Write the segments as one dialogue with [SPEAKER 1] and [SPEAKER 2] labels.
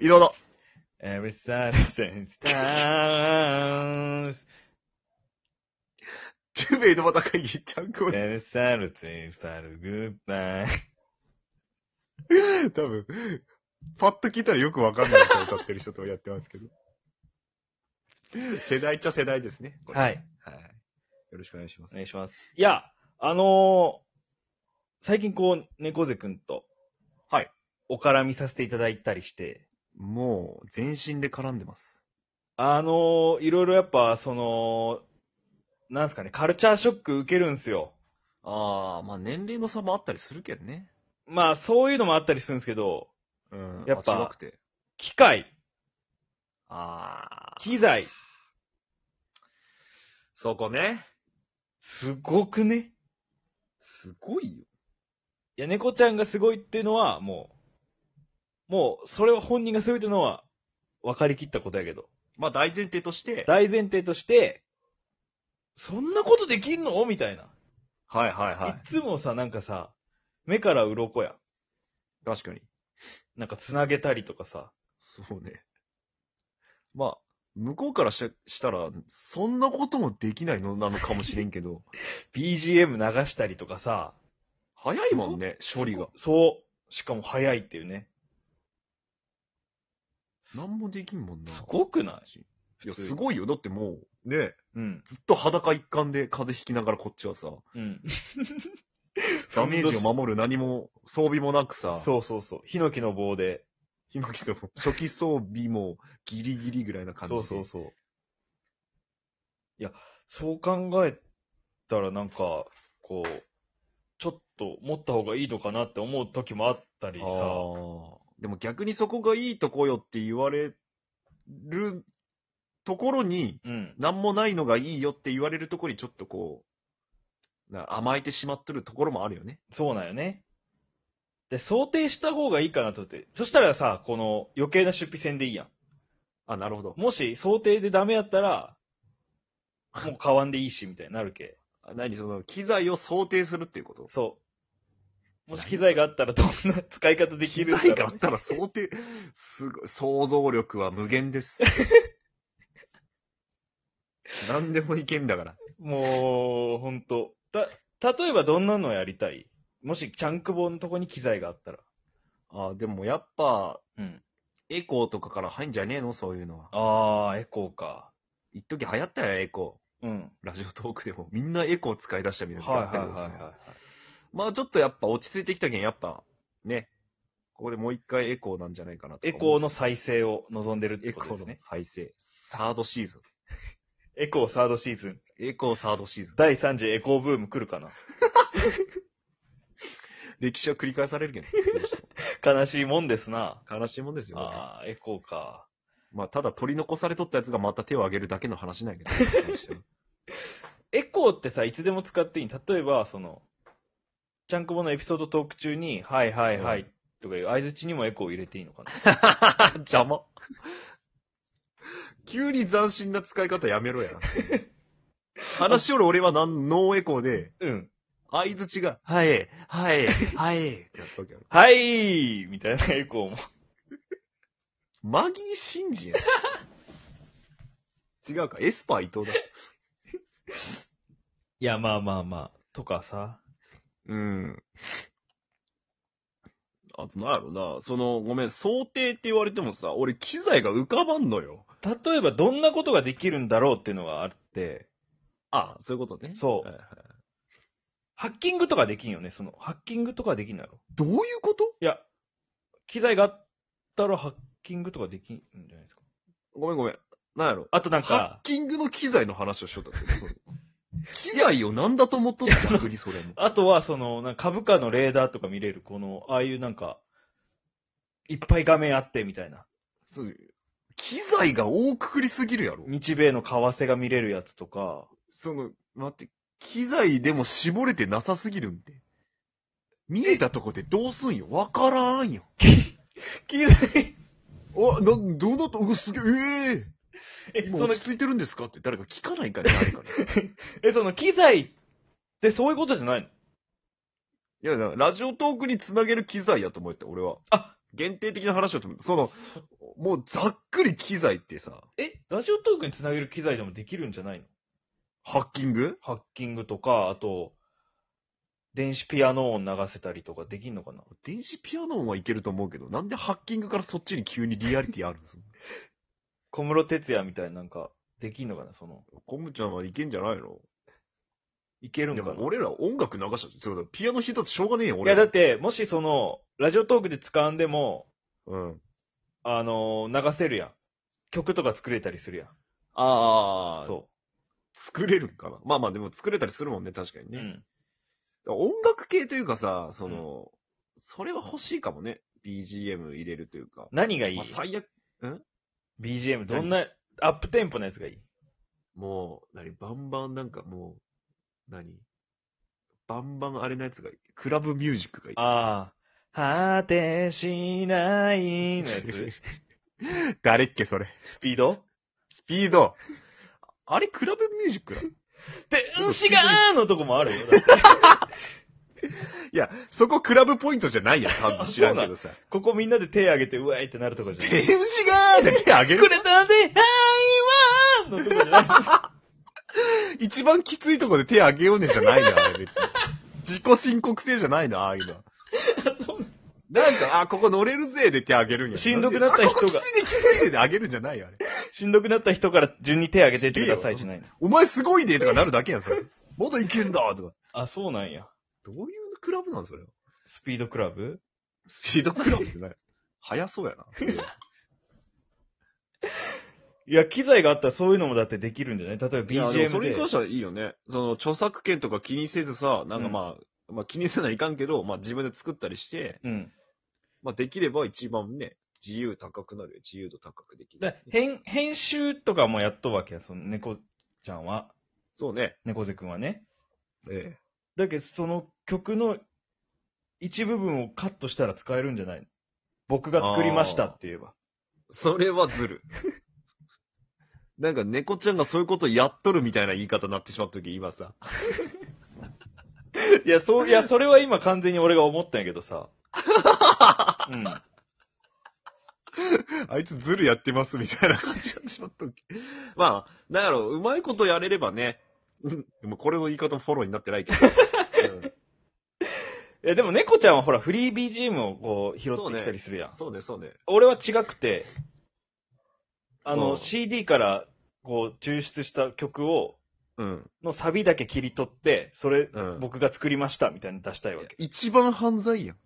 [SPEAKER 1] 移動だ。
[SPEAKER 2] Every Saturday stars.
[SPEAKER 1] 中米井戸端会議、ちゃんこで。
[SPEAKER 2] Every Saturday stars goodbye.
[SPEAKER 1] 多分、パッと聞いたらよくわかんない人歌ってる人とやってますけど。世代っちゃ世代ですね。これ
[SPEAKER 2] はい。
[SPEAKER 1] はい。よろしくお願いしま
[SPEAKER 2] お
[SPEAKER 1] す。
[SPEAKER 2] 願いします。いや、あのー最近こう、猫背くんと、
[SPEAKER 1] はい。
[SPEAKER 2] お絡みさせていただいたりして、
[SPEAKER 1] もう、全身で絡んでます。
[SPEAKER 2] あのーいろいろやっぱ、その、なんすかね、カルチャーショック受けるんすよ。
[SPEAKER 1] ああ、まあ年齢の差もあったりするけどね。
[SPEAKER 2] まあ、そういうのもあったりするんですけど、
[SPEAKER 1] うん。
[SPEAKER 2] やっぱ
[SPEAKER 1] まあ違くて。
[SPEAKER 2] 機械、
[SPEAKER 1] ああ。
[SPEAKER 2] 機材、
[SPEAKER 1] そこね。
[SPEAKER 2] すごくね。
[SPEAKER 1] すごいよ。
[SPEAKER 2] いや、猫ちゃんがすごいっていうのは、もう、もう、それは本人がすごいっていうのは、分かりきったことやけど。
[SPEAKER 1] まあ大前提として。
[SPEAKER 2] 大前提として、そんなことできんのみたいな。
[SPEAKER 1] はいはいはい
[SPEAKER 2] つもさ、なんかさ、目から鱗や。
[SPEAKER 1] い。確かに。
[SPEAKER 2] なんか繋げたりとかさ。
[SPEAKER 1] そうね。 まあ、向こうからししたら、そんなこともできないのなのかもしれんけど、
[SPEAKER 2] BGM 流したりとかさ。
[SPEAKER 1] 早いもんね、処理が。
[SPEAKER 2] そう。しかも早いっていうね。
[SPEAKER 1] なんもできんもんな。
[SPEAKER 2] すごくない
[SPEAKER 1] いや、すごいよ。だってもう、ね、
[SPEAKER 2] うん。
[SPEAKER 1] ずっと裸一貫で風邪ひきながらこっちはさ、
[SPEAKER 2] うん。
[SPEAKER 1] ダメージを守る何も、装備もなくさ、
[SPEAKER 2] そうそうそう。ヒノキの棒で。
[SPEAKER 1] ヒノキの初期装備もギリギリぐらいな感じで。
[SPEAKER 2] そうそうそう。いや、そう考えたらなんか、こう、ちょっと持った方がいいのかなって思う時もあったり
[SPEAKER 1] あ
[SPEAKER 2] さ。
[SPEAKER 1] ーでも逆にそこがいいとこよって言われるところに、
[SPEAKER 2] うん。
[SPEAKER 1] なんもないのがいいよって言われるところにちょっとこう、な甘えてしまっとるところもあるよね。
[SPEAKER 2] そうなんよね。で、想定した方がいいかなと思って。そしたらさ、この余計な出費線でいいやん。
[SPEAKER 1] あ、なるほど。
[SPEAKER 2] もし想定でダメやったら、もう買わんでいいし、みたいになるけ。
[SPEAKER 1] あ何その、機材を想定するっていうこと
[SPEAKER 2] そう。もし機材があったらどんな使い方でき
[SPEAKER 1] 機
[SPEAKER 2] るんだろう
[SPEAKER 1] 材があったら想定、すごい、想像力は無限 です。何でもいけんだから。
[SPEAKER 2] もう、ほんと。た、例えばどんなのやりたいもし、チャンクボのとこに機材があったら。
[SPEAKER 1] あ、でもやっぱ、
[SPEAKER 2] うん。
[SPEAKER 1] エコーとかから入んじゃねえのそういうのは。
[SPEAKER 2] あー、エコーか。
[SPEAKER 1] 一時流行ったよ、エコ
[SPEAKER 2] うん。
[SPEAKER 1] ー。ラジオトークでもみんなエコー使い出したみたいなの
[SPEAKER 2] は
[SPEAKER 1] やった
[SPEAKER 2] いは
[SPEAKER 1] け
[SPEAKER 2] い
[SPEAKER 1] どさ
[SPEAKER 2] はいは。
[SPEAKER 1] まあちょっとやっぱ落ち着いてきたけん、やっぱ、ね。ここでもう一回エコーなんじゃないかないと
[SPEAKER 2] エ
[SPEAKER 1] か
[SPEAKER 2] コ
[SPEAKER 1] 思
[SPEAKER 2] ー
[SPEAKER 1] う。
[SPEAKER 2] の再生を望んでるって
[SPEAKER 1] エ
[SPEAKER 2] こ
[SPEAKER 1] コ
[SPEAKER 2] とで
[SPEAKER 1] ーの
[SPEAKER 2] すね。
[SPEAKER 1] 再生。サードシーズン。
[SPEAKER 2] エコーサードシーズン。
[SPEAKER 1] エコーサードシーズン。
[SPEAKER 2] 第3次エコーブーム来るかな。
[SPEAKER 1] 歴史は繰り返されるけど。
[SPEAKER 2] 悲しいもんですな。
[SPEAKER 1] 悲しいもんですよ。
[SPEAKER 2] あー、エコーか。
[SPEAKER 1] まあただ取り残されとったやつがまた手を挙げるだけの話なんやけ ど。
[SPEAKER 2] エコーってさ、いつでも使っていい例えば、その、チャンクボのエピソードトーク中に、はいはいは
[SPEAKER 1] う
[SPEAKER 2] い、とかいう相づちにもエコー入れていいのかな。
[SPEAKER 1] 邪魔。急に斬新な使い方やめ ろや。話しよる俺はなんノーエコーで、
[SPEAKER 2] うん。
[SPEAKER 1] 相づちが、はい、はい、はい、ってやったわけやろ。
[SPEAKER 2] はいみたいなエコーも。
[SPEAKER 1] マギー・シンジ や。違うか、エスパー伊藤だ。
[SPEAKER 2] いや、まあまあまあ。とかさ。
[SPEAKER 1] うん。あと、なんやろな。その、ごめん、想定って言われてもさ、俺、機材が浮かばんのよ。
[SPEAKER 2] 例えばどんなことができるんだろうっていうのがあって、
[SPEAKER 1] あそういうことね
[SPEAKER 2] そう
[SPEAKER 1] はいはい
[SPEAKER 2] ハッキングとかできんよね。その、ハッキングとかできんだろ。
[SPEAKER 1] どういうこと
[SPEAKER 2] いや、機材があったらハッキングとかできんじゃないですか。
[SPEAKER 1] ごめんごめん。なんやろ。
[SPEAKER 2] あとなん
[SPEAKER 1] ハ
[SPEAKER 2] か
[SPEAKER 1] ッ、キングの機材の話をしとったけど、その機材を何だと思っとった逆にそれも。
[SPEAKER 2] あとはその、なんか株価のレーダーとか見れる、この、ああいうなんか、いっぱい画面あってみたいな。
[SPEAKER 1] そう機材が大くくりすぎるやろ。
[SPEAKER 2] 日米の為替が見れるやつとか、
[SPEAKER 1] その、待って、機材でも絞れてなさすぎるんで。見えたとこでどうすんよわからんよ。
[SPEAKER 2] 機材、
[SPEAKER 1] あ、な、どうなったうわすげえ、ええ
[SPEAKER 2] え、
[SPEAKER 1] 今
[SPEAKER 2] その
[SPEAKER 1] 落、ち着いてるんですかって誰か聞かないから、 誰かに。
[SPEAKER 2] え、その機材ってそういうことじゃないの
[SPEAKER 1] いや、だからラジオトークにつなげる機材やと思って、俺は。
[SPEAKER 2] あ、
[SPEAKER 1] 限定的な話をと思う、その、もうざっくり機材ってさ、
[SPEAKER 2] え、ラジオトークにつなげる機材でもできるんじゃないの
[SPEAKER 1] ハッキング
[SPEAKER 2] ハッキングとか、あと、電子ピアノ音流せたりとかできんのかな
[SPEAKER 1] 電子ピアノはいけると思うけど、なんでハッキングからそっちに急にリアリティあるんです
[SPEAKER 2] 小室哲也みたいななんか、できんのかなその、
[SPEAKER 1] コムちゃんはいけんじゃないの
[SPEAKER 2] いけるん
[SPEAKER 1] で
[SPEAKER 2] かな
[SPEAKER 1] も俺ら音楽流したちょっとピアノ弾いたってしょうがねえよ、
[SPEAKER 2] い
[SPEAKER 1] 俺
[SPEAKER 2] や、だ
[SPEAKER 1] ら。
[SPEAKER 2] って、もしその、ラジオトークで使うんでも、
[SPEAKER 1] うん。
[SPEAKER 2] あのー流せるやん。曲とか作れたりするやん。
[SPEAKER 1] あそう。
[SPEAKER 2] そ
[SPEAKER 1] 作れるんかな。まあまあでも作れたりするもんね、確かに
[SPEAKER 2] う。う
[SPEAKER 1] ね。
[SPEAKER 2] ん。
[SPEAKER 1] 音楽系というかさ、その、それは欲しいかもね。BGM 入れるというか。
[SPEAKER 2] 何がいい、
[SPEAKER 1] まあ、最悪、
[SPEAKER 2] ?BGM、どんな、アップテンポのやつがいい
[SPEAKER 1] もう、何、バンバンなんかもう、何バンバンあれのやつがいい。クラブミュージックがいい。
[SPEAKER 2] ああ、果てしないのやつ。
[SPEAKER 1] 誰っけ、それ。
[SPEAKER 2] スピード
[SPEAKER 1] スピード。あれ、クラブミュージック だ。い
[SPEAKER 2] 天使がーのとこもあるよ。だって
[SPEAKER 1] や、そこクラブポイントじゃないやん、多分知らんけどさ。
[SPEAKER 2] ここみんなで手挙げて、うわいってなるとこじゃな
[SPEAKER 1] 天
[SPEAKER 2] い。
[SPEAKER 1] 使がーって手あげ
[SPEAKER 2] く
[SPEAKER 1] る。
[SPEAKER 2] れたぜ、はいわーのとこじゃない。
[SPEAKER 1] 一番きついとこで手あげようねじゃないの、あれ別に。自己申告制じゃないの、ああいうのは。なんか、あ、ここ乗れるぜで手あげるんや。
[SPEAKER 2] しんどくなった人が
[SPEAKER 1] あここきついできついでであげるんじゃないよ、あれ。
[SPEAKER 2] しんどくなった人から順に手挙げてってくださいじゃないの。
[SPEAKER 1] お前すごいねとかなるだけやん、それ。まだいけんだとか。
[SPEAKER 2] あ、そうなんや。
[SPEAKER 1] どういうクラブなん、それは。
[SPEAKER 2] スピードクラブ
[SPEAKER 1] スピードクラブってない。速そうやな。
[SPEAKER 2] いや、機材があったらそういうのもだってできるんじゃない例えば
[SPEAKER 1] いや
[SPEAKER 2] BGM
[SPEAKER 1] で
[SPEAKER 2] で。
[SPEAKER 1] もそれに関してはいいよね。その、著作権とか気にせずさ、なんかまあ、まあ気にせないかんけど、まあ自分で作ったりして、
[SPEAKER 2] うん。
[SPEAKER 1] まあできれば一番ね、自由高くなるよ。自由度高くでき
[SPEAKER 2] だ
[SPEAKER 1] る。
[SPEAKER 2] 編、編集とかもやっとうわけや、その猫ちゃんは。
[SPEAKER 1] そうね。
[SPEAKER 2] 猫背くんはね。
[SPEAKER 1] ええ。
[SPEAKER 2] だけど、その曲の一部分をカットしたら使えるんじゃないの僕が作りましたって言えば。
[SPEAKER 1] それはずる。なんか猫ちゃんがそういうことやっとるみたいな言い方になってしまった時、今さ。
[SPEAKER 2] いや、そう、いや、それは今完全に俺が思ったんやけど さ。うん。
[SPEAKER 1] あいつずるやってますみたいな感じになってしま ったっけ。まあ、なんやろう、うまいことやれればね。うんでもこれの言い方もフォローになってないけど。うん
[SPEAKER 2] いや、でも猫ちゃんはほら、フリー BGM をこう、拾ってきたりするやん。
[SPEAKER 1] そうね、そうね。
[SPEAKER 2] 俺は違くて、あ
[SPEAKER 1] う
[SPEAKER 2] の、
[SPEAKER 1] ん
[SPEAKER 2] CD から、こう、抽出した曲を、
[SPEAKER 1] うん。
[SPEAKER 2] のサビだけ切り取って、それ、
[SPEAKER 1] うん
[SPEAKER 2] 僕が作りました、みたいに出したいわけ。い
[SPEAKER 1] 一番犯罪やん。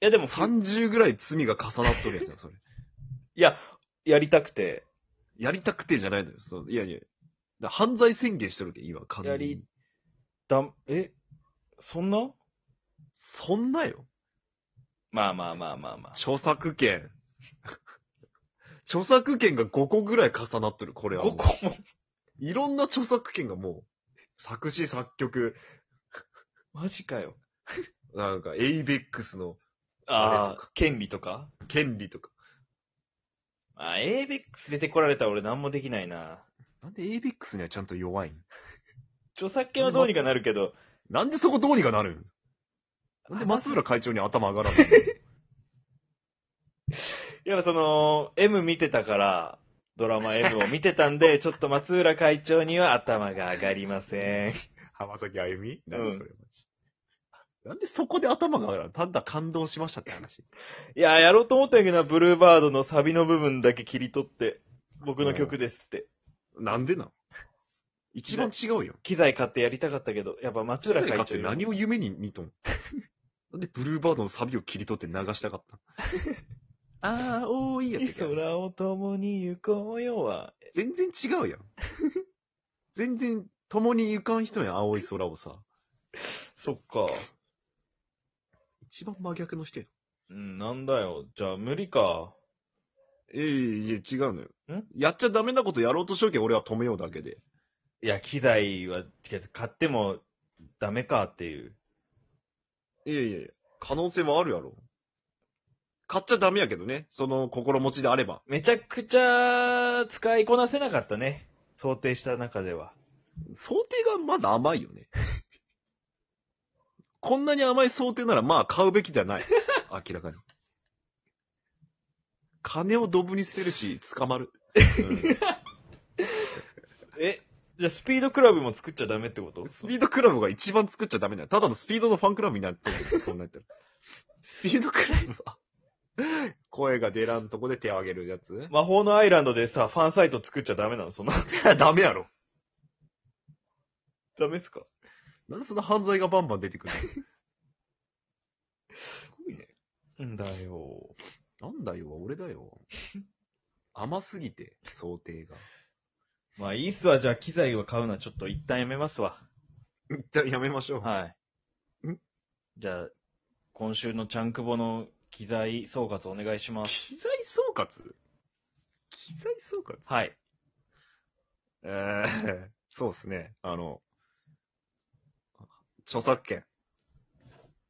[SPEAKER 2] や、でも、
[SPEAKER 1] 30ぐらい罪が重なっとるやつやん、それ。
[SPEAKER 2] いや、やりたくて、
[SPEAKER 1] やりたくてじゃないのよ。そういやいや。だ犯罪宣言してるけど、今、完全
[SPEAKER 2] や
[SPEAKER 1] に
[SPEAKER 2] り。だ、え、そんな
[SPEAKER 1] そんなよ。
[SPEAKER 2] まあまあまあまあまあ。
[SPEAKER 1] 著作権。 著作権が5個ぐらい重なっとる、これはも
[SPEAKER 2] こ
[SPEAKER 1] う。
[SPEAKER 2] こも、
[SPEAKER 1] いろんな著作権がもう、作詞作曲、
[SPEAKER 2] マジかよ。
[SPEAKER 1] なんか、エイベックスのあれ
[SPEAKER 2] あ
[SPEAKER 1] と
[SPEAKER 2] あ、権利とか
[SPEAKER 1] 権利とか。
[SPEAKER 2] あ、エイベックス出てこられたら俺何もできないな。
[SPEAKER 1] なんでエイベックスにはちゃんと弱いん
[SPEAKER 2] 著作権はどうにかなるけど、
[SPEAKER 1] なんでそこどうにかなるんなんで松浦会長に頭上がらんの
[SPEAKER 2] やっぱその、M 見てたから、ド ラマ M を見てたんで、ちょっと松浦会長には頭が上がりません。
[SPEAKER 1] 浜崎あゆみなんでそれ、マジなんでそこで頭が上がらんただ感動しましたって話。
[SPEAKER 2] いや、やろうと思ったんやけどな、ブルーバードのサビの部分だけ切り取って、僕の曲ですって。
[SPEAKER 1] なんでなの一番違うよ。
[SPEAKER 2] 機材買ってやりたかったけど、やっぱ松浦
[SPEAKER 1] 世
[SPEAKER 2] 会
[SPEAKER 1] 界
[SPEAKER 2] 長
[SPEAKER 1] って何を夢に見とんなんでブルーバードのサビを切り取って流したかった あ青いやつ。
[SPEAKER 2] 空を共に行こうよは、
[SPEAKER 1] 全然違うやん。全然共に行かん人やん、青い空をさ。
[SPEAKER 2] そっか。
[SPEAKER 1] 一番真逆の人やん。
[SPEAKER 2] うん、なんだよ。じゃあ無理か。
[SPEAKER 1] ええいや、違うのよ
[SPEAKER 2] ん。
[SPEAKER 1] やっちゃダメなことやろうとしようけん俺は止めようだけで。
[SPEAKER 2] いや、機材は、違う買ってもダメかっていう。
[SPEAKER 1] いやいやいや、可能性もあるやろ。買っちゃダメやけどね。その心持ちであれば。
[SPEAKER 2] めちゃくちゃ使いこなせなかったね。想定した中では。
[SPEAKER 1] 想定がまず甘 いよね。こんなに甘い想定ならまあ買うべきじゃない。明らかに。金をドブに捨てるし、捕ま る。
[SPEAKER 2] え、じゃあスピードクラブも作っちゃダメってこと
[SPEAKER 1] うんスピードクラブが一番作っちゃダメだよ。ただのスピードのファンクラブになってるんですよ、そんなんやったら。スピードクラブは、声が出らんとこで手を挙げるやつ
[SPEAKER 2] 魔法のアイランドでさ、ファンサイト作っちゃダメなのそんな。
[SPEAKER 1] ダメやろ。
[SPEAKER 2] ダメっすか
[SPEAKER 1] なんでそんな犯罪がバンバン出てく る
[SPEAKER 2] すごいね。んだよ。
[SPEAKER 1] のなんだよ、俺だよ。 甘すぎて、想定が。
[SPEAKER 2] まあいいっすわ、じゃあ機材を買うのはちょっと一旦やめますわ。
[SPEAKER 1] 一旦やめましょう。
[SPEAKER 2] はい。
[SPEAKER 1] ん
[SPEAKER 2] じゃあ、今週のチャンクボの機材総括お願いします。
[SPEAKER 1] 機材総括機材総括
[SPEAKER 2] はい。
[SPEAKER 1] えー、そうですね。あの、著作権。